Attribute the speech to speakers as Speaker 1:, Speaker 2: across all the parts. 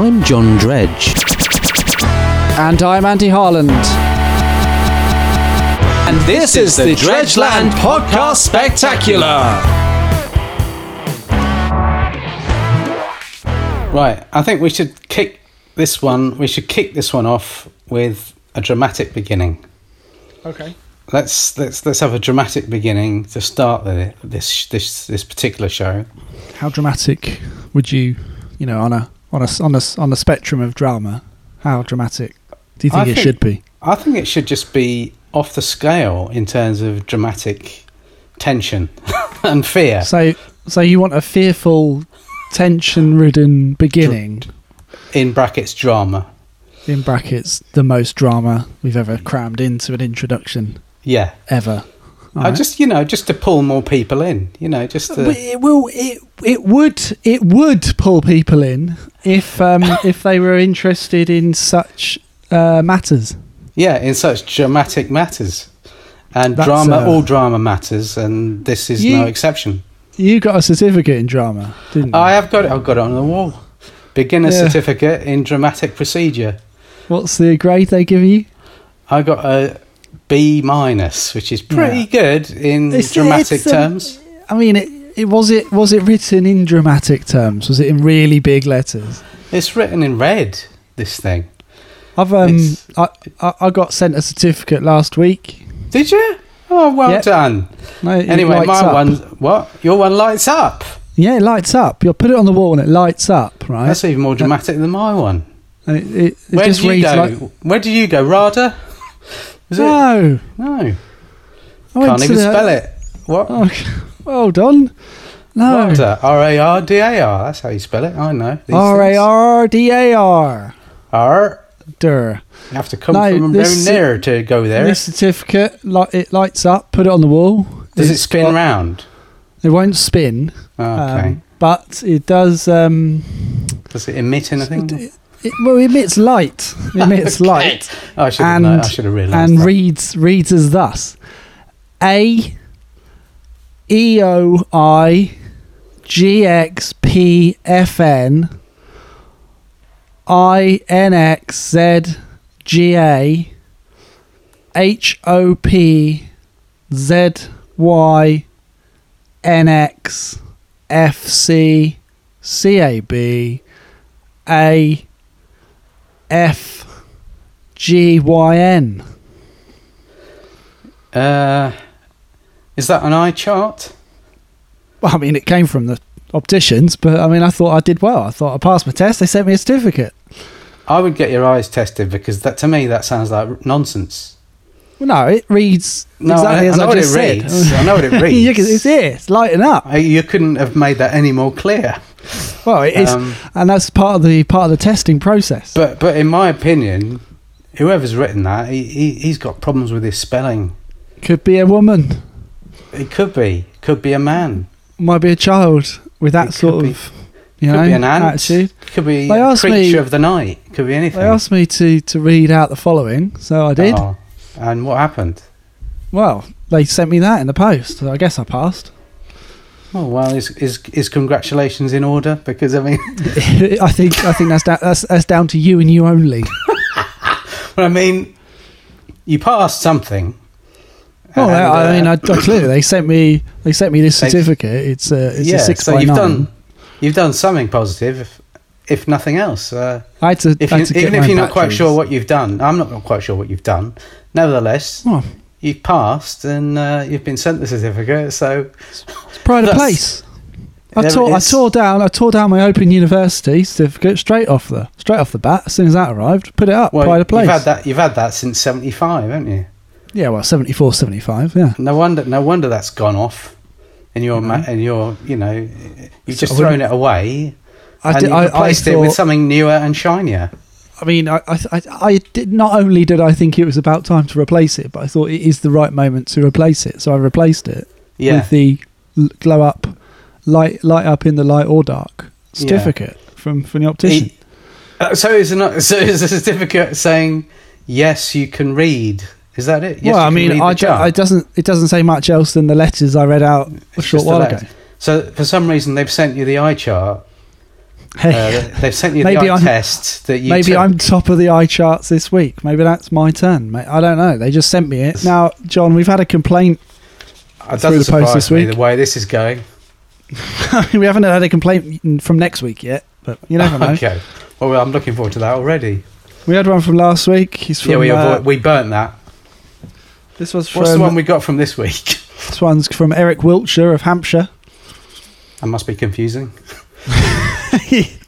Speaker 1: I'm John Dredge.
Speaker 2: And I'm Andy Harland.
Speaker 1: And this, is, the Dredgeland Podcast Spectacular.
Speaker 3: Right, I think we should kick this one. We should kick this one off with a dramatic beginning.
Speaker 4: Okay.
Speaker 3: Let's let's let's have a dramatic beginning to start the, this this this particular show.
Speaker 4: How dramatic would you, you know, on a on a s- on a s- on a spectrum of drama, how dramatic do you think
Speaker 3: I
Speaker 4: it
Speaker 3: think-
Speaker 4: should be?
Speaker 3: I think it should just be off the scale in terms of dramatic tension and fear.
Speaker 4: So, so you want a fearful, tension-ridden beginning
Speaker 3: In brackets, drama.
Speaker 4: in brackets the most drama we've ever crammed into an introduction
Speaker 3: Yeah,
Speaker 4: ever. All
Speaker 3: I
Speaker 4: right.
Speaker 3: just you know just to pull more people in. You know, just
Speaker 4: But
Speaker 3: to,
Speaker 4: it will it it would it would pull people in if um if they were interested in such uh, matters.
Speaker 3: yeah, in such dramatic matters. And
Speaker 4: That's,
Speaker 3: drama,
Speaker 4: uh,
Speaker 3: all drama matters, and this is
Speaker 4: You-
Speaker 3: no exception.
Speaker 4: You got a certificate in drama, didn't you?
Speaker 3: I have got it. I've got it on the wall. Beginner
Speaker 4: Yeah.
Speaker 3: certificate in dramatic procedure.
Speaker 4: What's the grade they give you?
Speaker 3: I got a B minus, which is pretty
Speaker 4: Yeah.
Speaker 3: good in
Speaker 4: It's-
Speaker 3: dramatic
Speaker 4: it's, um,
Speaker 3: terms.
Speaker 4: I mean, it, it was it was it written in dramatic terms? Was it in really big letters?
Speaker 3: It's written in red. This thing.
Speaker 4: I've um
Speaker 3: It's-
Speaker 4: I, I I got sent a certificate last week.
Speaker 3: Did you? Oh, well
Speaker 4: Yep.
Speaker 3: done.
Speaker 4: No, it
Speaker 3: Anyway,
Speaker 4: lights
Speaker 3: my
Speaker 4: up.
Speaker 3: one. What? Your one lights up.
Speaker 4: Yeah, it lights up. You'll put it on the wall and it lights up, right?
Speaker 3: That's even more dramatic than my one.
Speaker 4: and it, it, it
Speaker 3: Where
Speaker 4: just
Speaker 3: did you
Speaker 4: reads
Speaker 3: go?
Speaker 4: like
Speaker 3: Where did you go, Rada? Was it?
Speaker 4: no.
Speaker 3: No.
Speaker 4: I went
Speaker 3: Can't
Speaker 4: to
Speaker 3: even
Speaker 4: the-
Speaker 3: spell it. What?
Speaker 4: Oh, well done. No.
Speaker 3: Rada. R A R D A R. That's how you spell it. I know. these
Speaker 4: R A
Speaker 3: things.
Speaker 4: R D A R.
Speaker 3: R.
Speaker 4: Dur.
Speaker 3: You have to come
Speaker 4: No,
Speaker 3: from
Speaker 4: this-
Speaker 3: very near to go there.
Speaker 4: This certificate, li- it lights up. Put it on the wall.
Speaker 3: Does it
Speaker 4: It's
Speaker 3: spin
Speaker 4: got-
Speaker 3: round?
Speaker 4: It won't spin.
Speaker 3: Oh, okay.
Speaker 4: Um, but it does. Um,
Speaker 3: Does it emit anything?
Speaker 4: it, it- well, it emits light. It emits light
Speaker 3: Oh, I should have
Speaker 4: and
Speaker 3: known. I should have realised.
Speaker 4: and
Speaker 3: that.
Speaker 4: reads reads as thus: A E O I G X P F N I N X Z G A H O P Z Y N X F C C A B A F G Y N.
Speaker 3: uh, is that an eye chart?
Speaker 4: Well, I mean, it came from the opticians, but I mean, I thought I did well. I thought I passed my test. They sent me a certificate.
Speaker 3: I would get your eyes tested because that to me that sounds like nonsense.
Speaker 4: Well, no, it reads
Speaker 3: No,
Speaker 4: exactly
Speaker 3: I, I
Speaker 4: as
Speaker 3: know
Speaker 4: I,
Speaker 3: what
Speaker 4: just
Speaker 3: it
Speaker 4: said.
Speaker 3: reads. I know what it
Speaker 4: You
Speaker 3: reads.
Speaker 4: can- it's here. It's lighting up.
Speaker 3: I- you couldn't have made that any more clear.
Speaker 4: Well, it is,
Speaker 3: Um,
Speaker 4: and that's part of the part of the testing process.
Speaker 3: But but in my opinion, whoever's written that, he, he he's got problems with his spelling.
Speaker 4: Could be a woman,
Speaker 3: It could be, could be a man,
Speaker 4: might be a child with that
Speaker 3: It
Speaker 4: sort
Speaker 3: could be-
Speaker 4: of, you
Speaker 3: could
Speaker 4: know,
Speaker 3: be an ant,
Speaker 4: attitude.
Speaker 3: could be
Speaker 4: They
Speaker 3: a
Speaker 4: asked me-
Speaker 3: creature of the night, could be anything.
Speaker 4: They asked me to to read out the following, so I did.
Speaker 3: Oh, and what happened?
Speaker 4: Well, they sent me that in the post. So I guess I passed.
Speaker 3: Oh well, is is is congratulations in order? Because I mean,
Speaker 4: I think I think that's da- that's that's down to you and you only.
Speaker 3: well, I mean, you passed something.
Speaker 4: Well,
Speaker 3: And,
Speaker 4: I, I
Speaker 3: uh,
Speaker 4: mean, I, I clearly they sent me they sent me this
Speaker 3: They-
Speaker 4: certificate. It's a it's
Speaker 3: yeah.
Speaker 4: a six
Speaker 3: so
Speaker 4: by
Speaker 3: you've
Speaker 4: nine.
Speaker 3: done you've done something positive, if, if nothing else. Uh,
Speaker 4: I had to,
Speaker 3: if
Speaker 4: I
Speaker 3: you,
Speaker 4: had to get
Speaker 3: even
Speaker 4: my
Speaker 3: if you're not quite
Speaker 4: batteries.
Speaker 3: sure what you've done, I'm not quite sure what you've done. Nevertheless,
Speaker 4: Oh,
Speaker 3: you've passed and uh, you've been sent the certificate. So
Speaker 4: it's pride of
Speaker 3: That's-
Speaker 4: place. I
Speaker 3: there
Speaker 4: tore
Speaker 3: it
Speaker 4: I
Speaker 3: is.
Speaker 4: tore down I tore down my Open University certificate straight off the straight off the bat. As soon as that arrived, put it up.
Speaker 3: well,
Speaker 4: pride of place.
Speaker 3: you've had that you've had that since '75, haven't you?
Speaker 4: Yeah, well, 74, 75, Yeah,
Speaker 3: No wonder, no wonder that's gone off. And you're, ma- and you're, you know, you've just
Speaker 4: I
Speaker 3: thrown
Speaker 4: wouldn't-
Speaker 3: it away.
Speaker 4: I
Speaker 3: and
Speaker 4: did-
Speaker 3: you
Speaker 4: I- I
Speaker 3: replaced it with
Speaker 4: thought-
Speaker 3: something newer and shinier.
Speaker 4: I mean, I, I, I, I did not only did I think it was about time to replace it, but I thought it is the right moment to replace it, so I replaced it.
Speaker 3: Yeah,
Speaker 4: with the l- glow up, light light up in the light or dark certificate from from the optician.
Speaker 3: It- uh, so is an, so is a certificate saying yes, you can read. Is that it? Yes, you
Speaker 4: well, I
Speaker 3: can
Speaker 4: mean,
Speaker 3: read
Speaker 4: I,
Speaker 3: the
Speaker 4: ju-
Speaker 3: chart.
Speaker 4: it doesn't it doesn't say much else than the letters I read out a
Speaker 3: It's
Speaker 4: short
Speaker 3: just the
Speaker 4: while
Speaker 3: letters.
Speaker 4: ago.
Speaker 3: So for some reason they've sent you the eye chart,
Speaker 4: Hey,
Speaker 3: Uh, they've sent you the
Speaker 4: Maybe
Speaker 3: eye
Speaker 4: I'm-
Speaker 3: test that you
Speaker 4: maybe
Speaker 3: took.
Speaker 4: I'm top of the eye charts this week. Maybe that's my turn. Ma- I don't know. They just sent me it. Now, John, we've had a complaint.
Speaker 3: It
Speaker 4: through
Speaker 3: doesn't
Speaker 4: the post
Speaker 3: surprise
Speaker 4: this
Speaker 3: me
Speaker 4: week.
Speaker 3: the way this is going.
Speaker 4: we haven't had a complaint from next week yet, but you never know.
Speaker 3: Okay. Well, I'm looking forward to that already.
Speaker 4: We had one from last week. He's from.
Speaker 3: yeah, we,
Speaker 4: uh,
Speaker 3: avoid, we burnt that.
Speaker 4: this was from.
Speaker 3: What's the one we got from this week?
Speaker 4: this one's from Eric Wiltshire of Hampshire.
Speaker 3: That must be confusing.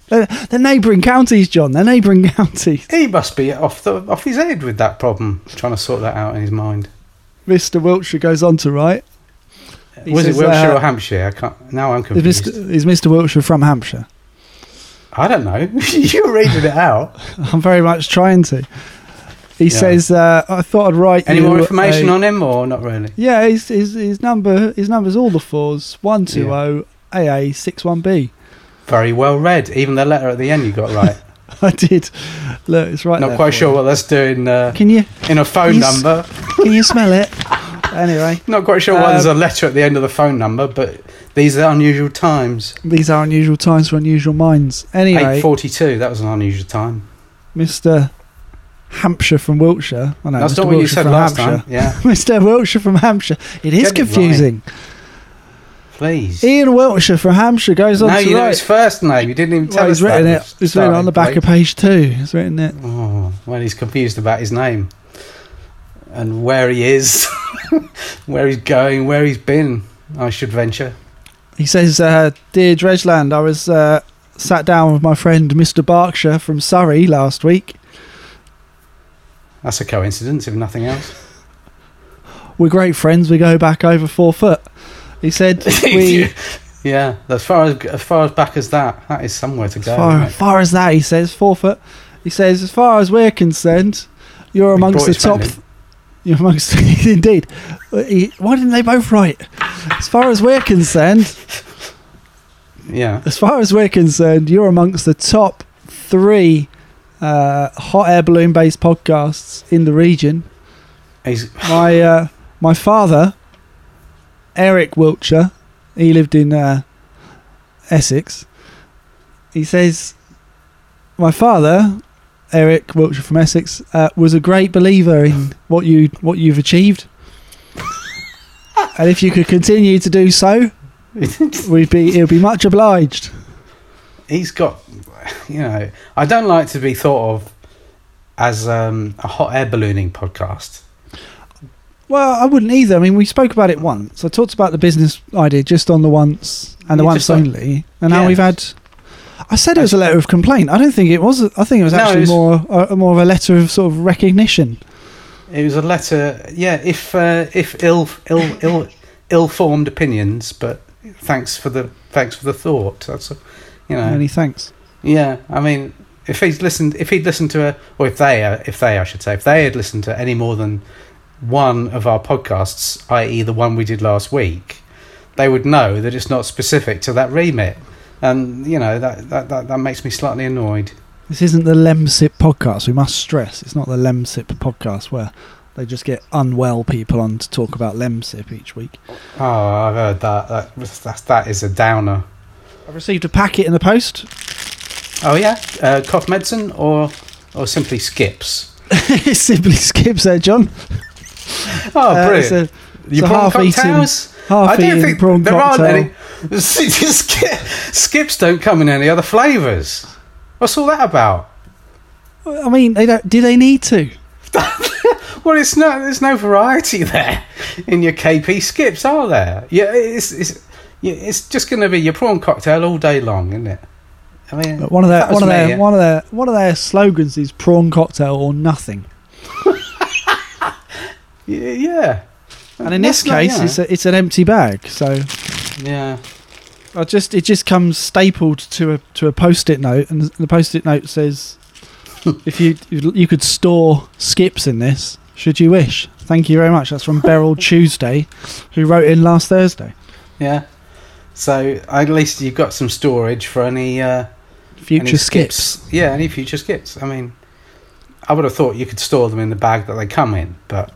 Speaker 4: they're, they're neighbouring counties, John. They're neighbouring counties.
Speaker 3: He must be off the off his head with that problem, trying to sort that out in his mind.
Speaker 4: Mr. Wiltshire goes on to write. He
Speaker 3: Was
Speaker 4: says,
Speaker 3: it Wiltshire
Speaker 4: uh,
Speaker 3: or Hampshire? I can't. Now I'm
Speaker 4: Is
Speaker 3: confused.
Speaker 4: Mr. is Mr. Wiltshire from Hampshire?
Speaker 3: I don't know. You're reading it out.
Speaker 4: I'm very much trying to. He
Speaker 3: Yeah.
Speaker 4: says, uh, "I thought I'd write
Speaker 3: Any
Speaker 4: you
Speaker 3: more information
Speaker 4: a-
Speaker 3: on him or not really?
Speaker 4: Yeah, his, his his number his number's all the fours one two
Speaker 3: Yeah.
Speaker 4: zero AA six one B.
Speaker 3: Very well read. Even the letter at the end you got right.
Speaker 4: I did. Look, it's right.
Speaker 3: not
Speaker 4: there
Speaker 3: quite
Speaker 4: for
Speaker 3: sure
Speaker 4: you.
Speaker 3: what that's doing uh,
Speaker 4: Can you
Speaker 3: in a phone
Speaker 4: He's-
Speaker 3: number.
Speaker 4: can you smell it? Anyway,
Speaker 3: Not quite sure why
Speaker 4: Um,
Speaker 3: there's a letter at the end of the phone number, but these are unusual times.
Speaker 4: these are unusual times for unusual minds. Anyway,
Speaker 3: Eight forty-two. That was an unusual time.
Speaker 4: Mister Hampshire from Wiltshire. I know,
Speaker 3: That's
Speaker 4: Mr.
Speaker 3: not what you
Speaker 4: Wiltshire
Speaker 3: said
Speaker 4: from
Speaker 3: last
Speaker 4: Hampshire.
Speaker 3: time. Yeah,
Speaker 4: Mr. Wiltshire from Hampshire. It is
Speaker 3: Get it right.
Speaker 4: confusing.
Speaker 3: please.
Speaker 4: Ian Wiltshire from Hampshire goes on
Speaker 3: No,
Speaker 4: to
Speaker 3: you know
Speaker 4: write.
Speaker 3: his first name. You didn't even tell
Speaker 4: Well,
Speaker 3: us
Speaker 4: he's written
Speaker 3: that.
Speaker 4: it. He's written it on the back
Speaker 3: Sorry,
Speaker 4: of page two. He's written it.
Speaker 3: mate. Oh, well, he's confused about his name and where he is, where he's going, where he's been. I should venture.
Speaker 4: He says, uh, "Dear Dredgeland, I was uh, sat down with my friend Mr. Berkshire from Surrey last week.
Speaker 3: That's a coincidence, if nothing else.
Speaker 4: We're great friends. We go back over four foot." He said, "We."
Speaker 3: yeah, as far as as far as back as that, that is somewhere to
Speaker 4: As
Speaker 3: go.
Speaker 4: far,
Speaker 3: mate.
Speaker 4: far as that, he says, four foot. He says, as far as we're concerned, you're
Speaker 3: We
Speaker 4: amongst
Speaker 3: brought
Speaker 4: the
Speaker 3: his friend
Speaker 4: top. You're amongst, indeed. Uh, he- Why didn't they both write? As far as we're concerned,
Speaker 3: Yeah,
Speaker 4: as far as we're concerned, you're amongst the top three uh, hot air balloon based podcasts in the region.
Speaker 3: he's
Speaker 4: My uh, my father, Eric Wiltshire, he lived in uh, Essex. He says, my father, Eric Wiltshire from Essex, uh, was a great believer in what you what you've achieved, and if you could continue to do so, we'd be it would be much obliged.
Speaker 3: he's got you know i don't like to be thought of as um, a hot air ballooning podcast
Speaker 4: Well, I wouldn't either. I mean, we spoke about it once. I talked about the business idea just on the once and the
Speaker 3: You
Speaker 4: once
Speaker 3: just like-
Speaker 4: only, and now
Speaker 3: Yeah.
Speaker 4: we've had. I said it was a letter of complaint. I don't think it was. I think it was
Speaker 3: No, it
Speaker 4: actually
Speaker 3: was-
Speaker 4: more uh, more of a letter of sort of recognition.
Speaker 3: it was a letter yeah if uh, if ill ill ill ill-formed opinions but thanks for the thanks for the thought that's a, you know
Speaker 4: Many thanks.
Speaker 3: yeah i mean if he's listened if he'd listened to a or if they uh, if they i should say if they had listened to any more than one of our podcasts i.e. the one we did last week they would know that it's not specific to that remit and you know that that that, that makes me slightly annoyed
Speaker 4: This isn't the Lemsip podcast. We must stress it's not the Lemsip podcast where they just get unwell people on to talk about Lemsip each week.
Speaker 3: oh i've heard that that that, that is a downer
Speaker 4: I've received a packet in the post.
Speaker 3: oh yeah uh, cough medicine or or simply skips
Speaker 4: it simply skips there, John.
Speaker 3: oh
Speaker 4: Uh, it's
Speaker 3: brilliant
Speaker 4: a
Speaker 3: you
Speaker 4: so
Speaker 3: prawn
Speaker 4: half-eaten-
Speaker 3: cocktails
Speaker 4: half
Speaker 3: I don't
Speaker 4: eaten
Speaker 3: think
Speaker 4: prawn
Speaker 3: there
Speaker 4: cocktail.
Speaker 3: aren't any. Ski- Skips don't come in any other flavours. What's all that about?
Speaker 4: I mean, they don't. Do they need to?
Speaker 3: Well, it's not. There's no variety there in your KP skips, are there? Yeah, it's it's yeah, it's just going to be your prawn cocktail all day long, isn't it? I mean,
Speaker 4: But one of
Speaker 3: if
Speaker 4: their
Speaker 3: that was
Speaker 4: one of
Speaker 3: me,
Speaker 4: their
Speaker 3: yeah.
Speaker 4: one of their one of their slogans is prawn cocktail or nothing.
Speaker 3: Y- yeah,
Speaker 4: And in this
Speaker 3: That's not-
Speaker 4: case,
Speaker 3: yeah.
Speaker 4: it's a, it's an empty bag. So
Speaker 3: yeah.
Speaker 4: I just it just comes stapled to a to a post-it note, and the post-it note says, "If you you could store skips in this, should you wish." Thank you very much. That's from Beryl Tuesday, who wrote in last Thursday.
Speaker 3: yeah. So at least you've got some storage for any uh,
Speaker 4: Future
Speaker 3: any
Speaker 4: skips.
Speaker 3: Yeah, any future skips. I mean, I would have thought you could store them in the bag that they come in, but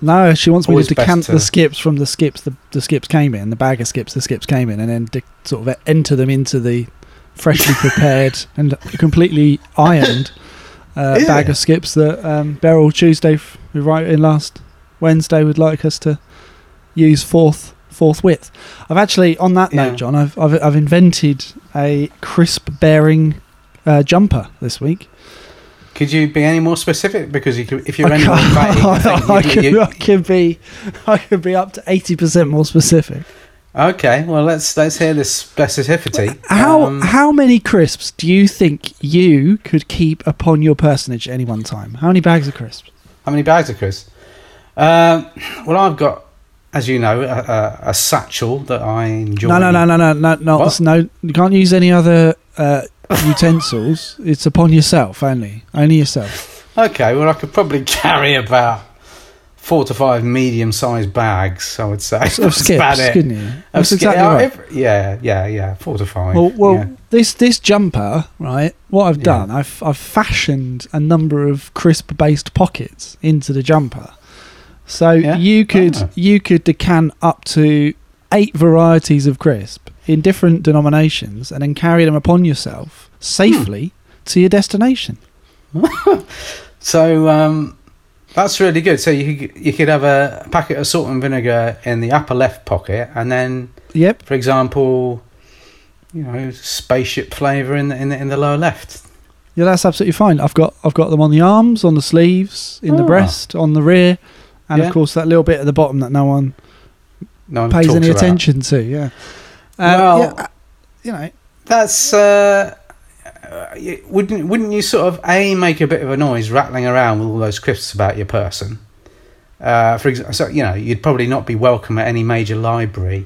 Speaker 4: No, she wants me
Speaker 3: Always
Speaker 4: to
Speaker 3: best
Speaker 4: decant
Speaker 3: to-
Speaker 4: the skips from the skips the, the skips came in, the bag of skips the skips came in, and then de- sort of enter them into the freshly prepared and completely ironed uh,
Speaker 3: Yeah.
Speaker 4: bag of skips that um, Beryl Tuesday, f- who wrote in last Wednesday, would like us to use forth forthwith. I've actually, on that
Speaker 3: Yeah.
Speaker 4: note, John, I've, I've I've invented a crisp bearing uh, jumper this week.
Speaker 3: Could you be any more specific? Because you could, if you're
Speaker 4: I
Speaker 3: any more
Speaker 4: can't-
Speaker 3: vague, I
Speaker 4: I
Speaker 3: think you-
Speaker 4: could,
Speaker 3: you-
Speaker 4: I could be, I could be up to eighty percent more specific.
Speaker 3: okay. Well, let's let's hear this specificity.
Speaker 4: How
Speaker 3: Um,
Speaker 4: how many crisps do you think you could keep upon your personage at any one time? How many bags of crisps?
Speaker 3: How many bags of crisps? Um, well, I've got, as you know, a, a, a satchel that I enjoy.
Speaker 4: No, no, no, no, no, no, no.
Speaker 3: What?
Speaker 4: listen, No, you can't use any other uh, utensils. It's upon yourself only, only yourself.
Speaker 3: Okay, well, I could probably carry about four to five medium-sized bags. I would say.
Speaker 4: Of
Speaker 3: That's about
Speaker 4: skips,
Speaker 3: it.
Speaker 4: couldn't you?
Speaker 3: Of
Speaker 4: That's
Speaker 3: ski-
Speaker 4: exactly
Speaker 3: uh,
Speaker 4: right.
Speaker 3: every- yeah, yeah, yeah. Four to five.
Speaker 4: Well, well,
Speaker 3: yeah.
Speaker 4: this this jumper, right? What I've
Speaker 3: Yeah.
Speaker 4: done, I've I've fashioned a number of crisp-based pockets into the jumper, so
Speaker 3: Yeah?
Speaker 4: you could
Speaker 3: Ah.
Speaker 4: you could decant up to eight varieties of crisp in different denominations, and then carry them upon yourself safely to your destination.
Speaker 3: So um, that's really good. So you could, you could have a packet of salt and vinegar in the upper left pocket, and then,
Speaker 4: Yep,
Speaker 3: for example, you know, spaceship flavour in the, in the in the lower left.
Speaker 4: yeah, that's absolutely fine. I've got I've got them on the arms, on the sleeves, in the
Speaker 3: Ah.
Speaker 4: breast, on the rear, and
Speaker 3: Yeah.
Speaker 4: of course that little bit at the bottom that no one
Speaker 3: No one
Speaker 4: pays
Speaker 3: talks
Speaker 4: any
Speaker 3: about.
Speaker 4: attention to. Yeah. Uh,
Speaker 3: Well-
Speaker 4: yeah, uh, you know,
Speaker 3: That's uh, uh, y- wouldn't wouldn't you sort of a make a bit of a noise rattling around with all those crisps about your person? Uh, for example, so, you know, you'd probably not be welcome at any major library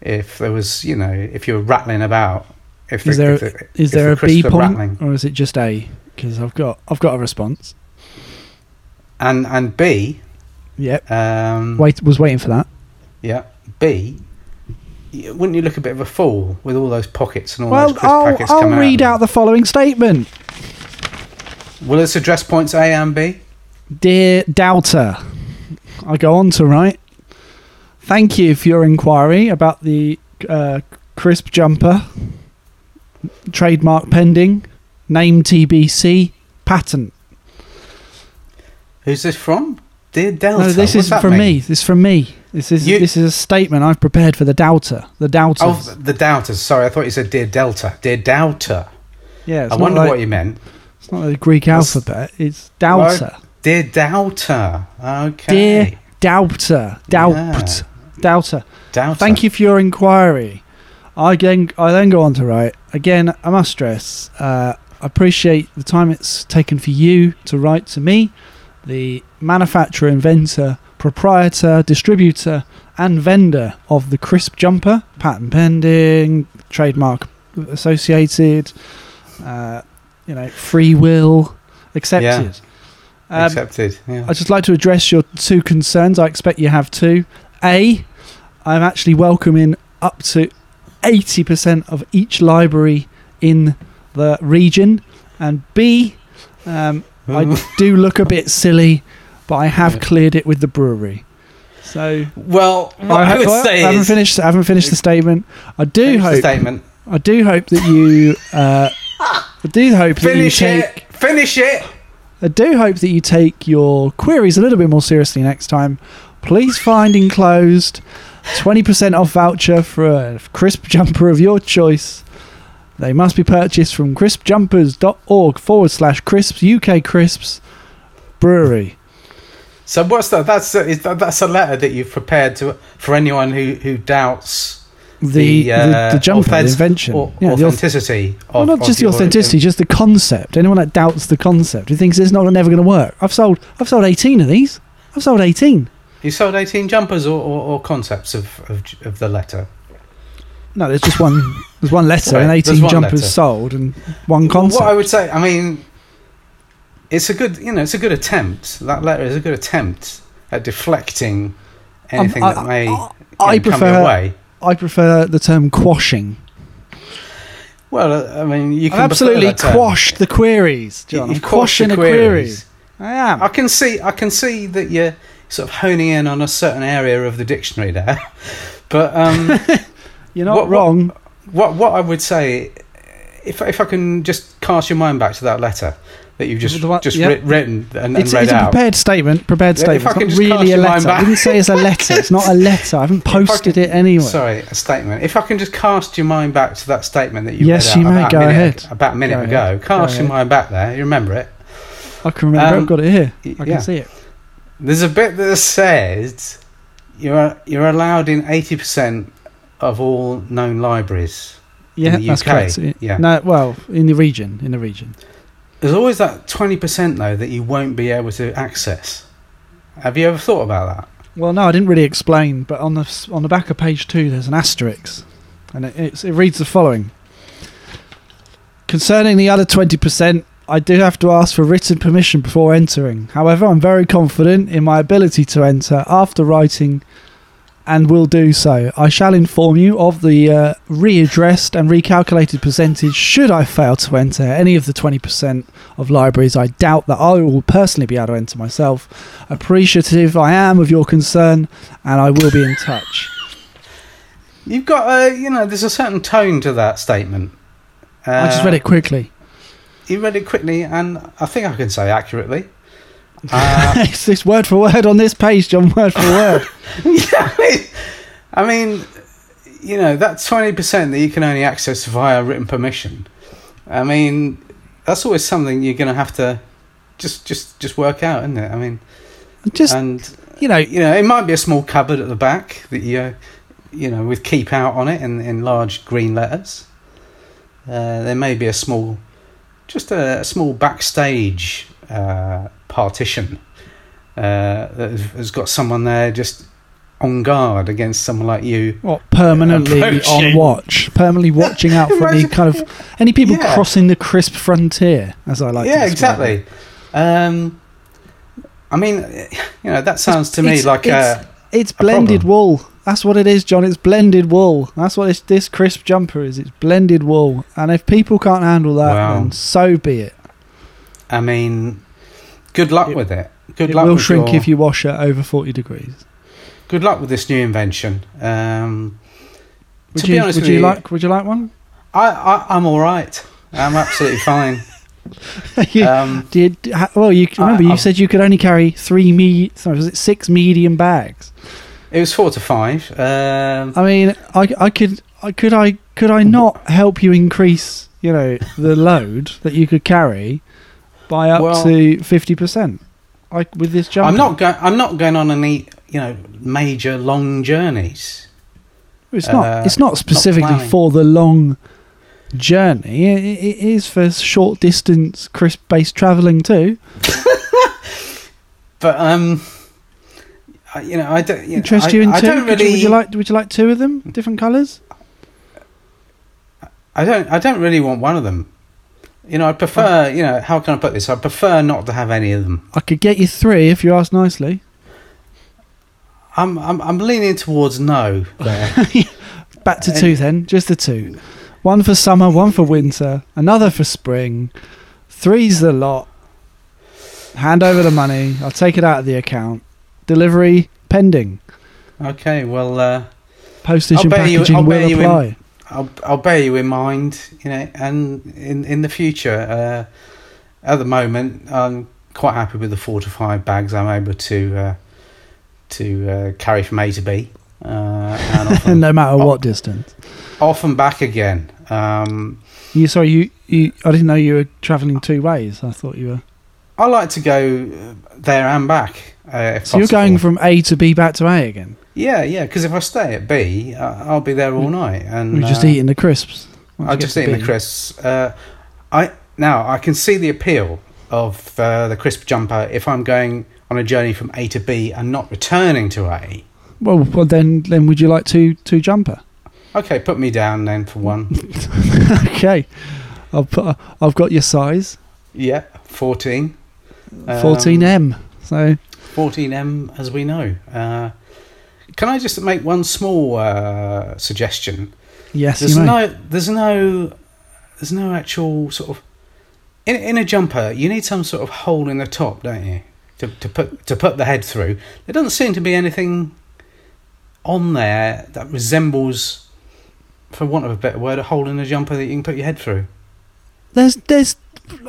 Speaker 3: if there was, you know, if you were rattling about. If
Speaker 4: Is there-
Speaker 3: if
Speaker 4: is
Speaker 3: if
Speaker 4: there
Speaker 3: the
Speaker 4: a
Speaker 3: crisps
Speaker 4: B
Speaker 3: are
Speaker 4: point
Speaker 3: rattling.
Speaker 4: or is it just A? Because I've got I've got a response.
Speaker 3: and and B,
Speaker 4: Yep.
Speaker 3: um,
Speaker 4: Wait, was waiting for that.
Speaker 3: yeah, B. y- Wouldn't you look a bit of a fool with all those pockets and all those
Speaker 4: Well,
Speaker 3: crisp
Speaker 4: I'll,
Speaker 3: packets
Speaker 4: I'll
Speaker 3: coming
Speaker 4: read out
Speaker 3: out?
Speaker 4: the following statement.
Speaker 3: Will this address points A and B?
Speaker 4: Dear doubter, I go on to write. Thank you for your inquiry about the uh, crisp jumper, trademark pending, name TBC, patent.
Speaker 3: Who's this from? Dear Delta.
Speaker 4: No, this
Speaker 3: What's
Speaker 4: isn't
Speaker 3: that
Speaker 4: from
Speaker 3: mean?
Speaker 4: me. This is from me. This is
Speaker 3: You-
Speaker 4: this is a statement I've prepared for the doubter. The doubter.
Speaker 3: Oh, th- the doubters. Sorry, I thought you said dear Delta. Dear doubter.
Speaker 4: yeah, it's
Speaker 3: I
Speaker 4: not
Speaker 3: wonder
Speaker 4: like-
Speaker 3: what you meant.
Speaker 4: It's not the Greek
Speaker 3: That's-
Speaker 4: alphabet. It's doubter.
Speaker 3: Dear doubter. Okay.
Speaker 4: Dear doubter. Doubt. Doubter.
Speaker 3: doubter.
Speaker 4: Thank you for your inquiry. I then, I then go on to write. Again, I must stress, uh, I appreciate the time it's taken for you to write to me, the manufacturer, inventor, proprietor, distributor, and vendor of the crisp jumper, patent pending, trademark associated, uh, you know, free will accepted. Um,
Speaker 3: Accepted. Yeah.
Speaker 4: I'd just like to address your two concerns. I expect you have two. A, I'm actually welcoming up to 80% of each library in the region. And B, um, I do look a bit silly, but I have
Speaker 3: Yeah.
Speaker 4: cleared it with the brewery. So
Speaker 3: well, what I, would
Speaker 4: well,
Speaker 3: say
Speaker 4: I haven't
Speaker 3: is.
Speaker 4: finished. I haven't finished the statement. I do
Speaker 3: Finish the
Speaker 4: hope.
Speaker 3: statement.
Speaker 4: I do hope that you. Uh, I do hope that you
Speaker 3: Finish
Speaker 4: take.
Speaker 3: it. Finish it.
Speaker 4: I do hope that you take your queries a little bit more seriously next time. Please find enclosed 20% off voucher for a crisp jumper of your choice. They must be purchased from crispjumpers.org forward slash crisps, UK crisps brewery.
Speaker 3: So what's that? That's a, is that, that's a letter that you've prepared to for anyone who who doubts
Speaker 4: The, the,
Speaker 3: The, uh,
Speaker 4: the jumper, the
Speaker 3: authentic-
Speaker 4: invention.
Speaker 3: or,
Speaker 4: Yeah, the auth-
Speaker 3: authenticity. of,
Speaker 4: well, not
Speaker 3: of
Speaker 4: just the
Speaker 3: your-
Speaker 4: authenticity, just the concept. Anyone that doubts the concept, who thinks it's not never going to work. I've sold, I've sold 18 of these. I've sold 18.
Speaker 3: You sold eighteen jumpers or, or, or concepts of, of of the letter.
Speaker 4: No, there's just one. There's one letter,
Speaker 3: Right,
Speaker 4: and
Speaker 3: there's
Speaker 4: 18
Speaker 3: one
Speaker 4: jumpers
Speaker 3: letter.
Speaker 4: sold, and one
Speaker 3: Well,
Speaker 4: concert.
Speaker 3: What I would say, I mean, it's a good, you know, it's a good attempt. That letter is a good attempt at deflecting anything
Speaker 4: Um, I-
Speaker 3: that may
Speaker 4: I-
Speaker 3: you
Speaker 4: I
Speaker 3: know, come
Speaker 4: prefer-
Speaker 3: your way.
Speaker 4: I prefer the term quashing.
Speaker 3: Well, uh, I mean, you can
Speaker 4: I've absolutely
Speaker 3: prefer that term.
Speaker 4: quashed the queries, John.
Speaker 3: You-
Speaker 4: I'm
Speaker 3: you've quashed
Speaker 4: quashing
Speaker 3: the
Speaker 4: a query.
Speaker 3: queries. Uh,
Speaker 4: I am.
Speaker 3: I can see, I can see that you're sort of honing in on a certain area of the dictionary there. But um,
Speaker 4: You're not
Speaker 3: What- what-
Speaker 4: wrong.
Speaker 3: what what I would say if if I can just cast your mind back to that letter that you've just
Speaker 4: The one-
Speaker 3: just
Speaker 4: yeah.
Speaker 3: writ- written and, and
Speaker 4: It's,
Speaker 3: read
Speaker 4: it's a
Speaker 3: out.
Speaker 4: prepared statement. Prepared
Speaker 3: Yeah, if
Speaker 4: statement.
Speaker 3: I can
Speaker 4: It's
Speaker 3: just
Speaker 4: not
Speaker 3: cast
Speaker 4: really a
Speaker 3: your mind
Speaker 4: letter. I
Speaker 3: back.
Speaker 4: didn't say it's a letter. It's not a letter. I haven't
Speaker 3: I
Speaker 4: posted
Speaker 3: can-
Speaker 4: it anyway.
Speaker 3: Sorry, a statement. If I can just cast your mind back to that statement that you
Speaker 4: Yes,
Speaker 3: read out
Speaker 4: you may.
Speaker 3: about
Speaker 4: Go
Speaker 3: a minute,
Speaker 4: ahead.
Speaker 3: About a minute
Speaker 4: Go
Speaker 3: ago.
Speaker 4: ahead. Go
Speaker 3: Cast your
Speaker 4: ahead.
Speaker 3: mind back there. You remember it?
Speaker 4: I can remember.
Speaker 3: Um,
Speaker 4: I've got it here.
Speaker 3: Y-
Speaker 4: I can
Speaker 3: yeah.
Speaker 4: see it.
Speaker 3: There's a bit that says you're you're allowed in 80% of all known libraries.
Speaker 4: Yeah,
Speaker 3: the
Speaker 4: that's
Speaker 3: UK,
Speaker 4: correct. It-
Speaker 3: yeah.
Speaker 4: No, well, in the region, in the region.
Speaker 3: There's always that 20% though that you won't be able to access. Have you ever thought about that?
Speaker 4: Well, no, I didn't really explain, but on the s- on the back of page two, there's an asterisk, and it, it's, it reads the following: Concerning the other twenty percent, I do have to ask for written permission before entering. However, I'm very confident in my ability to enter after writing, and will do so. I shall inform you of the uh, readdressed and recalculated percentage should I fail to enter any of the twenty percent of libraries. I doubt that I will personally be able to enter myself appreciative I am of your concern, and I will be in touch.
Speaker 3: You've got a, you know, there's a certain tone to that statement. Uh,
Speaker 4: I just read it quickly.
Speaker 3: You read it quickly, and I think I can say accurately. Uh,
Speaker 4: it's this word for word on this page, John. Word for word.
Speaker 3: yeah, I mean, you know, that 20% that you can only access via written permission. I mean, that's always something you're going to have to just, just, just work out, isn't it? I mean,
Speaker 4: Just
Speaker 3: and
Speaker 4: you know,
Speaker 3: you know, it might be a small cupboard at the back that you, you know, with keep out on it in, in large green letters. Uh, there may be a small, just a, a small backstage uh, partition uh, that has- has got someone there just on guard against someone like you.
Speaker 4: what permanently on
Speaker 3: Approaching.
Speaker 4: watch, permanently watching out for any
Speaker 3: Imagine-
Speaker 4: kind of any people
Speaker 3: Yeah.
Speaker 4: crossing the crisp frontier, as I like.
Speaker 3: yeah,
Speaker 4: to describe it.
Speaker 3: exactly. Um, I mean, you know, that sounds to me
Speaker 4: it's-
Speaker 3: like uh,
Speaker 4: it's-
Speaker 3: a,
Speaker 4: It's
Speaker 3: problem.
Speaker 4: blended wool. That's what it is, John. It's blended wool. That's what it's, this crisp jumper is. It's blended wool. And if people can't handle that,
Speaker 3: Wow.
Speaker 4: then so be it.
Speaker 3: I mean, good luck with it. Good
Speaker 4: it
Speaker 3: luck
Speaker 4: will
Speaker 3: with
Speaker 4: shrink
Speaker 3: your-
Speaker 4: if you wash it over 40 degrees.
Speaker 3: good luck with this new invention. Um,
Speaker 4: Would
Speaker 3: to be
Speaker 4: you,
Speaker 3: honest
Speaker 4: would
Speaker 3: with
Speaker 4: you
Speaker 3: you-
Speaker 4: like would you like one?
Speaker 3: I, I I'm all right. I'm absolutely fine.
Speaker 4: You-
Speaker 3: Um,
Speaker 4: do you, do- ha- well, you remember
Speaker 3: I-
Speaker 4: you
Speaker 3: I've-
Speaker 4: said you could only carry three me. Sorry, was it six medium bags?
Speaker 3: it was four to five. Um,
Speaker 4: I mean, I, I could I could I could I not help you increase you know the load that you could carry by up
Speaker 3: Well-
Speaker 4: to fifty percent? Like with this jumper,
Speaker 3: I'm not going. I'm not going on any you know major long journeys.
Speaker 4: It's not.
Speaker 3: uh,
Speaker 4: it's not specifically
Speaker 3: planning.
Speaker 4: for the long journey. It, it- it is for short distance, crisp based travelling too.
Speaker 3: But um, I, you know I don't. You
Speaker 4: Interest
Speaker 3: know, I,
Speaker 4: you in
Speaker 3: I
Speaker 4: two?
Speaker 3: don't
Speaker 4: Could you-
Speaker 3: really.
Speaker 4: would you like? Would you like two of them, different colours?
Speaker 3: I don't. I don't really want one of them. You know, I
Speaker 4: Oh.
Speaker 3: prefer. You know, how can I put this? I prefer not to have any of them.
Speaker 4: I could get you three if you ask nicely.
Speaker 3: I'm. I'm, I'm leaning towards no. There.
Speaker 4: Back to two then, just the two. One for summer, one for winter, another for spring. Three's the lot. Hand over the money. I'll take it out of the account. Delivery pending.
Speaker 3: okay. Well. Uh,
Speaker 4: Postage
Speaker 3: I'll
Speaker 4: and
Speaker 3: bear you-
Speaker 4: packaging
Speaker 3: I'll bear
Speaker 4: will
Speaker 3: you in-
Speaker 4: apply.
Speaker 3: I'll I'll bear you in mind, you know, and in in the future. Uh, at the moment, I'm quite happy with the four to five bags I'm able to uh, to uh, carry from A to B, uh, and often,
Speaker 4: no matter
Speaker 3: Oh.
Speaker 4: what distance.
Speaker 3: off and back again. Um,
Speaker 4: You sorry you, you I didn't know you were travelling two ways. I thought you were.
Speaker 3: I like to go uh, there and back. Uh, if
Speaker 4: So you're
Speaker 3: possible.
Speaker 4: going from A to B back to A again.
Speaker 3: yeah, yeah. Because if I stay at B, I- I'll be there all night, and
Speaker 4: Mm. You're just
Speaker 3: uh,
Speaker 4: eating the crisps. Once
Speaker 3: I'll
Speaker 4: you get
Speaker 3: just
Speaker 4: to
Speaker 3: eat the
Speaker 4: B.
Speaker 3: crisps. Uh, I now I can see the appeal of uh, the crisp jumper if I'm going on a journey from A to B and not returning to A.
Speaker 4: Well, well then then would you like two two jumper?
Speaker 3: Okay, put me down then for one.
Speaker 4: Okay, I'll put, I've got your size,
Speaker 3: yeah, fourteen. Um,
Speaker 4: fourteen M. So
Speaker 3: Fourteen M, as we know. Uh, can I just make one small uh, suggestion?
Speaker 4: yes,
Speaker 3: There's
Speaker 4: you may.
Speaker 3: no, there's no, there's no actual sort of in in a jumper. You need some sort of hole in the top, don't you, to to put to put the head through. There doesn't seem to be anything on there that resembles, for want of a better word, a hole in a jumper that you can put your head through.
Speaker 4: there's there's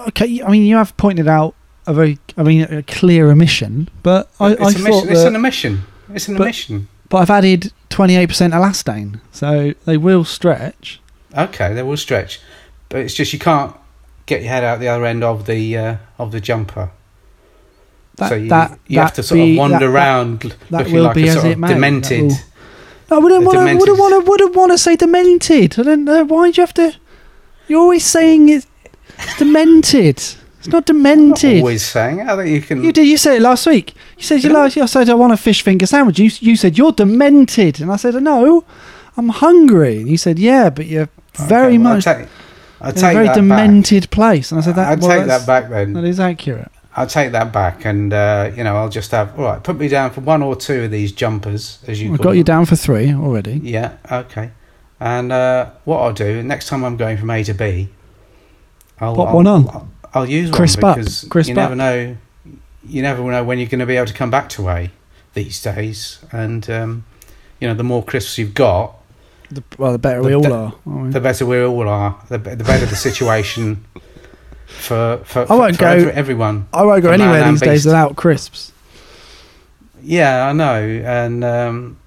Speaker 4: okay. I mean, you have pointed out a very, I mean, a clear omission, but I, I
Speaker 3: it's, a
Speaker 4: thought
Speaker 3: mission. it's
Speaker 4: that-
Speaker 3: an omission. It's an
Speaker 4: But-
Speaker 3: omission.
Speaker 4: but I've added 28% elastane, so they will stretch.
Speaker 3: Okay, they will stretch, but it's just you can't get your head out the other end of the uh, of the jumper.
Speaker 4: That,
Speaker 3: so you,
Speaker 4: that,
Speaker 3: you have
Speaker 4: that
Speaker 3: to sort
Speaker 4: be-
Speaker 3: of wander
Speaker 4: that- that-
Speaker 3: around
Speaker 4: that
Speaker 3: looking
Speaker 4: will
Speaker 3: like
Speaker 4: be
Speaker 3: a
Speaker 4: as
Speaker 3: sort
Speaker 4: it
Speaker 3: of
Speaker 4: may, that
Speaker 3: demented.
Speaker 4: will- No, I wouldn't
Speaker 3: the
Speaker 4: want to.
Speaker 3: demented
Speaker 4: Wouldn't
Speaker 3: is-
Speaker 4: want to. Wouldn't want to say demented. I don't know why do you have to. You're always saying it's it's demented. It's not
Speaker 3: Not
Speaker 4: demented.
Speaker 3: always saying. I think you can.
Speaker 4: You did. You said it last week. You said you
Speaker 3: Did I?
Speaker 4: last. I said I want a fish finger sandwich. You you said you're demented, and I said no, I'm hungry. And you said yeah, but you're
Speaker 3: Okay,
Speaker 4: very
Speaker 3: well,
Speaker 4: much
Speaker 3: I take, I
Speaker 4: in
Speaker 3: take
Speaker 4: a very
Speaker 3: that back.
Speaker 4: demented place. And I said that.
Speaker 3: I
Speaker 4: well,
Speaker 3: take
Speaker 4: that's-
Speaker 3: that back
Speaker 4: That
Speaker 3: then.
Speaker 4: is accurate.
Speaker 3: I take that back, and uh, you know I'll just have all right. Put me down for one or two of these jumpers, as you
Speaker 4: I've
Speaker 3: call
Speaker 4: got you
Speaker 3: them.
Speaker 4: down for three already.
Speaker 3: Yeah. Okay. And uh, what I'll do next time I'm going from A to B, I'll
Speaker 4: Pop
Speaker 3: I'll-
Speaker 4: one on.
Speaker 3: I'll, I'll use
Speaker 4: Crisp
Speaker 3: one
Speaker 4: up,
Speaker 3: because
Speaker 4: crisp
Speaker 3: you never
Speaker 4: up.
Speaker 3: know. You never know when you're going to be able to come back to A these days, and um, you know the more crisps you've got,
Speaker 4: The, well, the better
Speaker 3: The-
Speaker 4: we all
Speaker 3: the-
Speaker 4: are. aren't we?
Speaker 3: the better we all are. The, be- the better the situation for for,
Speaker 4: I won't
Speaker 3: for
Speaker 4: go-
Speaker 3: every- everyone.
Speaker 4: I won't go
Speaker 3: the man
Speaker 4: anywhere
Speaker 3: and
Speaker 4: these days
Speaker 3: beast.
Speaker 4: without crisps.
Speaker 3: Yeah, I know, and um,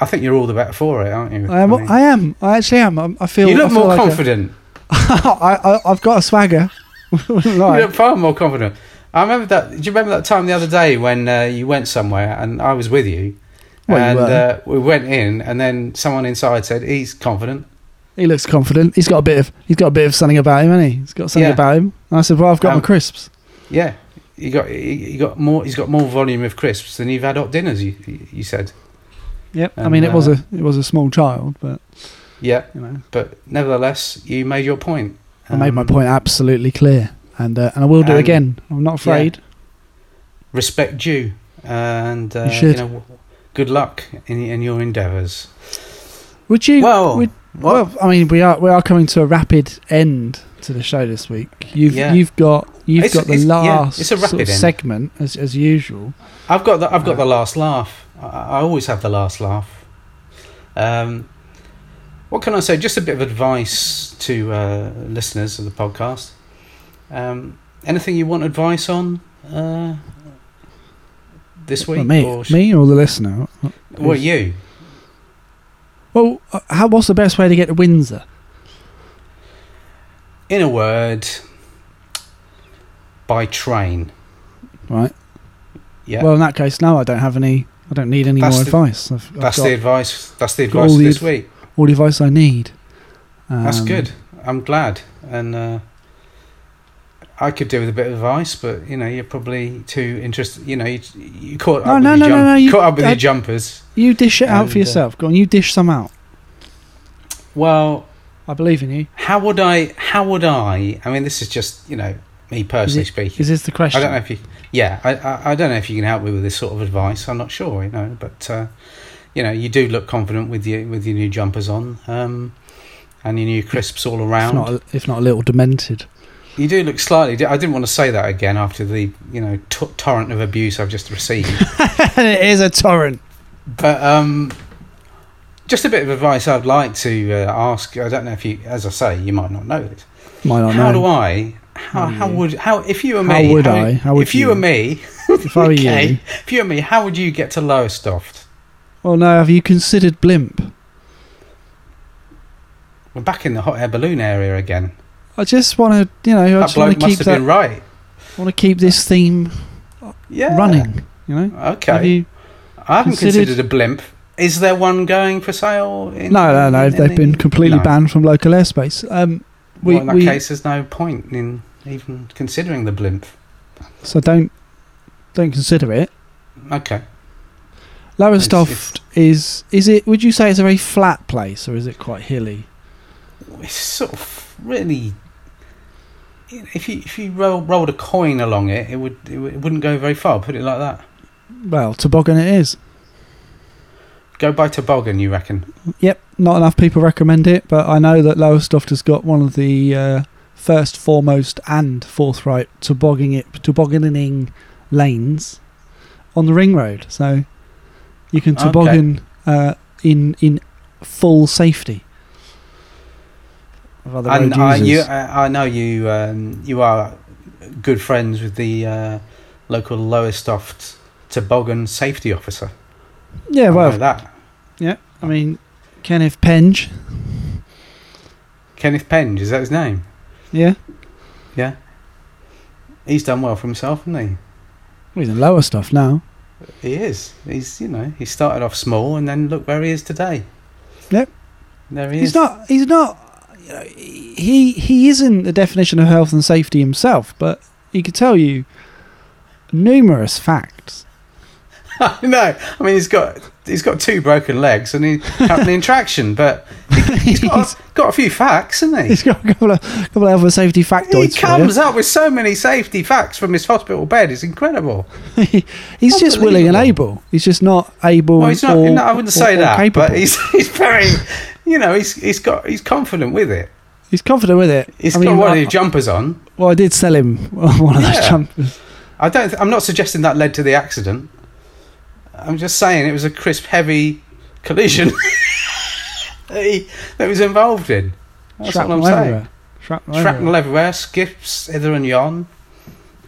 Speaker 3: I think you're all the better for it, aren't you?
Speaker 4: I am.
Speaker 3: mean,
Speaker 4: Um, I am. I actually am. I'm, I feel.
Speaker 3: you look
Speaker 4: I feel
Speaker 3: more
Speaker 4: like a-
Speaker 3: confident.
Speaker 4: I, I, I've got a swagger. Wouldn't lie.
Speaker 3: You look far more confident. I remember that. Do you remember that time the other day when uh, you went somewhere and I was with you?
Speaker 4: Well, you
Speaker 3: and
Speaker 4: were.
Speaker 3: Uh, we went in, and then someone inside said, "He's confident."
Speaker 4: He looks confident. He's got a bit of. He's got a bit of something about him, hasn't he? He's got something
Speaker 3: Yeah.
Speaker 4: about him. And I said, "Well, I've got
Speaker 3: Um,
Speaker 4: my crisps."
Speaker 3: Yeah, he got he he got more. He's got more volume of crisps than you've had hot dinners. You you said.
Speaker 4: Yep. I
Speaker 3: um,
Speaker 4: mean, it was
Speaker 3: uh,
Speaker 4: a it was a small child, but
Speaker 3: Yeah,
Speaker 4: you know,
Speaker 3: but nevertheless, you made your point.
Speaker 4: I made my
Speaker 3: Um,
Speaker 4: point absolutely clear, and uh, and I will do it
Speaker 3: and-
Speaker 4: again. I'm not afraid.
Speaker 3: Respect due, and uh,
Speaker 4: You should.
Speaker 3: know, w- good luck in in your endeavours.
Speaker 4: Would you?
Speaker 3: Well,
Speaker 4: would-
Speaker 3: well,
Speaker 4: well, I mean, we are we are coming to a rapid end to the show this week. You've
Speaker 3: Yeah.
Speaker 4: you've got you've
Speaker 3: It's-
Speaker 4: got the
Speaker 3: it's- yeah,
Speaker 4: last
Speaker 3: it's a
Speaker 4: sort
Speaker 3: rapid
Speaker 4: of
Speaker 3: end.
Speaker 4: segment as as usual.
Speaker 3: I've got the I've got the last laugh. I, I always have the last laugh. Um, what can I say? Just a bit of advice to uh, listeners of the podcast. Um, anything you want advice on uh, this week?
Speaker 4: Well, me,
Speaker 3: or sh-
Speaker 4: me or the listener?
Speaker 3: Well, you.
Speaker 4: Well, uh, how, what's the best way to get to Windsor?
Speaker 3: In a word, by train.
Speaker 4: Right.
Speaker 3: Yeah.
Speaker 4: Well, in that case, no, I don't have any. I don't need any
Speaker 3: That's
Speaker 4: more
Speaker 3: the-
Speaker 4: advice. I've, I've
Speaker 3: that's
Speaker 4: got
Speaker 3: the advice. That's the
Speaker 4: got
Speaker 3: advice
Speaker 4: all the
Speaker 3: this
Speaker 4: adv-
Speaker 3: week.
Speaker 4: all the advice I need.
Speaker 3: That's
Speaker 4: Um,
Speaker 3: good. I'm glad. And uh, I could do with a bit of advice, but you know, you're probably too interested. You know, you, you caught up
Speaker 4: No,
Speaker 3: with
Speaker 4: no,
Speaker 3: your
Speaker 4: no, no,
Speaker 3: jump-
Speaker 4: no, you-
Speaker 3: caught up with
Speaker 4: I-
Speaker 3: your jumpers.
Speaker 4: You dish it out
Speaker 3: And,
Speaker 4: for
Speaker 3: uh,
Speaker 4: yourself. Go on, you dish some out.
Speaker 3: Well,
Speaker 4: I believe in you.
Speaker 3: how would I? How would I? I mean, this is just you know me personally speaking.
Speaker 4: Is this the question?
Speaker 3: I don't know if you. Yeah, I, I I don't know if you can help me with this sort of advice. I'm not sure, you know, but uh, you know, you do look confident with your with your new jumpers on, um, and your new crisps all
Speaker 4: If
Speaker 3: around.
Speaker 4: not, a- if not a little demented.
Speaker 3: You do look slightly. I didn't want to say that again after the you know t- torrent of abuse I've just received.
Speaker 4: it is a torrent.
Speaker 3: but um, just a bit of advice I'd like to uh, ask. I don't know if you, as I say, you might not know this.
Speaker 4: Might not
Speaker 3: how
Speaker 4: know.
Speaker 3: do I? How,
Speaker 4: How do
Speaker 3: how
Speaker 4: you?
Speaker 3: would how if you were
Speaker 4: How
Speaker 3: me?
Speaker 4: would I? How would
Speaker 3: if you,
Speaker 4: you?
Speaker 3: were me?
Speaker 4: if I were
Speaker 3: okay,
Speaker 4: you.
Speaker 3: If you were me, how would you get to Lowestoft?
Speaker 4: Well, no, have you considered blimp?
Speaker 3: We're back in the hot air balloon area again.
Speaker 4: I just want to, you know, I
Speaker 3: that
Speaker 4: just want
Speaker 3: bloke
Speaker 4: to
Speaker 3: must
Speaker 4: keep
Speaker 3: have
Speaker 4: that.
Speaker 3: been right.
Speaker 4: want to keep this theme
Speaker 3: Yeah,
Speaker 4: running. You know. Have
Speaker 3: Okay,
Speaker 4: you?
Speaker 3: I haven't
Speaker 4: considered-
Speaker 3: considered... a blimp. Is there one going for sale? In,
Speaker 4: No, no, no.
Speaker 3: in- in
Speaker 4: They've
Speaker 3: the-
Speaker 4: been completely
Speaker 3: No.
Speaker 4: banned from local airspace. Um, we,
Speaker 3: well, in that
Speaker 4: we
Speaker 3: case, there's no point in even considering the blimp.
Speaker 4: so don't don't consider it.
Speaker 3: Okay.
Speaker 4: Lowestoft is is it? Would you say it's a very flat place or is it quite hilly?
Speaker 3: It's sort of really. you know, If you if you roll, rolled a coin along it, it would it, would, it wouldn't go very far. Put it like that.
Speaker 4: Well, toboggan it is.
Speaker 3: Go by toboggan, you reckon?
Speaker 4: Yep, not enough people recommend it, but I know that Lowestoft has got one of the uh, first, foremost, and forthright tobogganing it tobogganing lanes on the ring road, so you can
Speaker 3: Okay.
Speaker 4: toboggan uh, in in full safety. of other
Speaker 3: And
Speaker 4: road
Speaker 3: I, you, uh,
Speaker 4: users.
Speaker 3: I I know you. Um, you are good friends with the uh, local Lowestoft toboggan safety officer.
Speaker 4: yeah,
Speaker 3: I
Speaker 4: well,
Speaker 3: know that
Speaker 4: I mean, Kenneth Penge.
Speaker 3: Kenneth Penge is that his name?
Speaker 4: Yeah,
Speaker 3: Yeah, he's done well for himself, hasn't
Speaker 4: well, he's in lower stuff now.
Speaker 3: he? He is. He's you know he started off small and then look where he is today.
Speaker 4: Yep.
Speaker 3: There he
Speaker 4: He's
Speaker 3: is.
Speaker 4: not. He's not. You know, he he isn't the definition of health and safety himself, but he could tell you numerous facts.
Speaker 3: no, I mean he's got he's got two broken legs and he's currently in traction, but he's got,
Speaker 4: he's,
Speaker 3: a, got a few facts, hasn't he?
Speaker 4: he's got a couple of couple of health and safety
Speaker 3: He
Speaker 4: factoids.
Speaker 3: comes up with so many safety facts from his hospital bed. It's incredible.
Speaker 4: for you. he's just willing and able. He's just not able.
Speaker 3: Well, he's not.
Speaker 4: or-
Speaker 3: no, I wouldn't
Speaker 4: or-
Speaker 3: say
Speaker 4: or
Speaker 3: that,
Speaker 4: capable.
Speaker 3: but he's he's very, you know, he's he's got he's confident with it.
Speaker 4: He's confident with it.
Speaker 3: He's
Speaker 4: I
Speaker 3: got
Speaker 4: mean,
Speaker 3: one
Speaker 4: I-
Speaker 3: of his jumpers on.
Speaker 4: well, I did sell him one of those
Speaker 3: Yeah.
Speaker 4: jumpers.
Speaker 3: I don't. Th- I'm not suggesting that led to the accident. I'm just saying it was a crisp, heavy collision that, he, that he was involved in. That's
Speaker 4: Shrapnel
Speaker 3: what I'm saying.
Speaker 4: everywhere. Shrapnel everywhere.
Speaker 3: Shrapnel everywhere, skips hither and yon.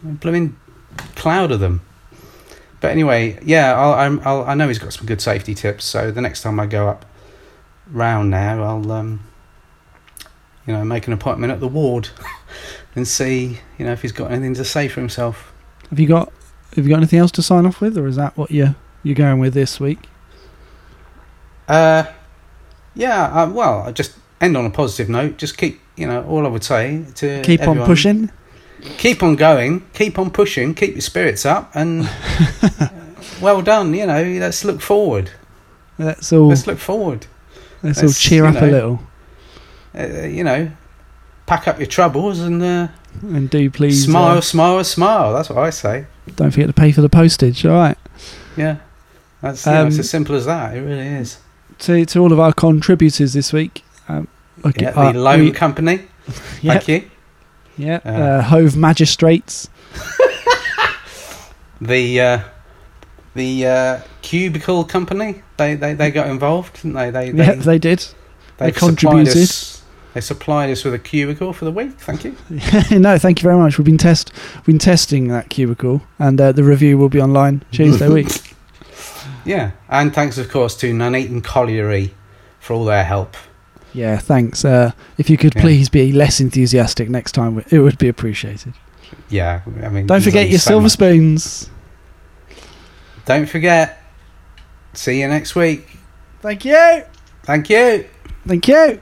Speaker 3: Blooming cloud of them. But anyway, yeah, I'll, I'm, I'll, I know he's got some good safety tips. So the next time I go up round now, I'll, um, you know, make an appointment at the ward and see, you know, if he's got anything to say for himself.
Speaker 4: Have you got Have you got anything else to sign off with, or is that what you you're going with this week?
Speaker 3: Uh, yeah, uh, well, I just end on a positive note. Just keep, you know, all I would say to
Speaker 4: Keep on
Speaker 3: Uh, everyone-
Speaker 4: pushing.
Speaker 3: keep on going, keep on pushing, keep your spirits up, and uh, well done. You know, let's look forward.
Speaker 4: Let's all
Speaker 3: Let's
Speaker 4: let's,
Speaker 3: look forward.
Speaker 4: all
Speaker 3: let's,
Speaker 4: cheer
Speaker 3: you
Speaker 4: up a
Speaker 3: know.
Speaker 4: little
Speaker 3: Uh, you know, pack up your troubles and uh,
Speaker 4: and do please uh,
Speaker 3: smile, smile, smile. That's what I say.
Speaker 4: don't forget to pay for the postage. All right.
Speaker 3: Yeah, that's you know, it's
Speaker 4: Um,
Speaker 3: as simple as that. It really is.
Speaker 4: To to all of our contributors this week. Um, okay,
Speaker 3: Yeah,
Speaker 4: uh,
Speaker 3: the loan
Speaker 4: we-
Speaker 3: company.
Speaker 4: yeah,
Speaker 3: Thank you.
Speaker 4: yeah,
Speaker 3: Uh,
Speaker 4: uh, Hove magistrates.
Speaker 3: The uh, the uh, cubicle company. They, they they got involved, didn't they? They they,
Speaker 4: yeah, they did. they
Speaker 3: supplied
Speaker 4: contributed.
Speaker 3: us- they supplied us with a cubicle for the week. Thank you.
Speaker 4: no, thank you very much. We've been test we've been testing that cubicle, and uh, the review will be online Tuesday week.
Speaker 3: Yeah, and thanks, of course, to Nuneaton Colliery for all their help.
Speaker 4: Yeah, thanks. Uh, if you could
Speaker 3: Yeah.
Speaker 4: please be less enthusiastic next time, it would be appreciated.
Speaker 3: Yeah, I mean,
Speaker 4: Don't
Speaker 3: there's
Speaker 4: forget
Speaker 3: only
Speaker 4: your
Speaker 3: so
Speaker 4: silver
Speaker 3: much.
Speaker 4: spoons.
Speaker 3: Don't forget. See you next week.
Speaker 4: Thank you.
Speaker 3: Thank you.
Speaker 4: Thank you.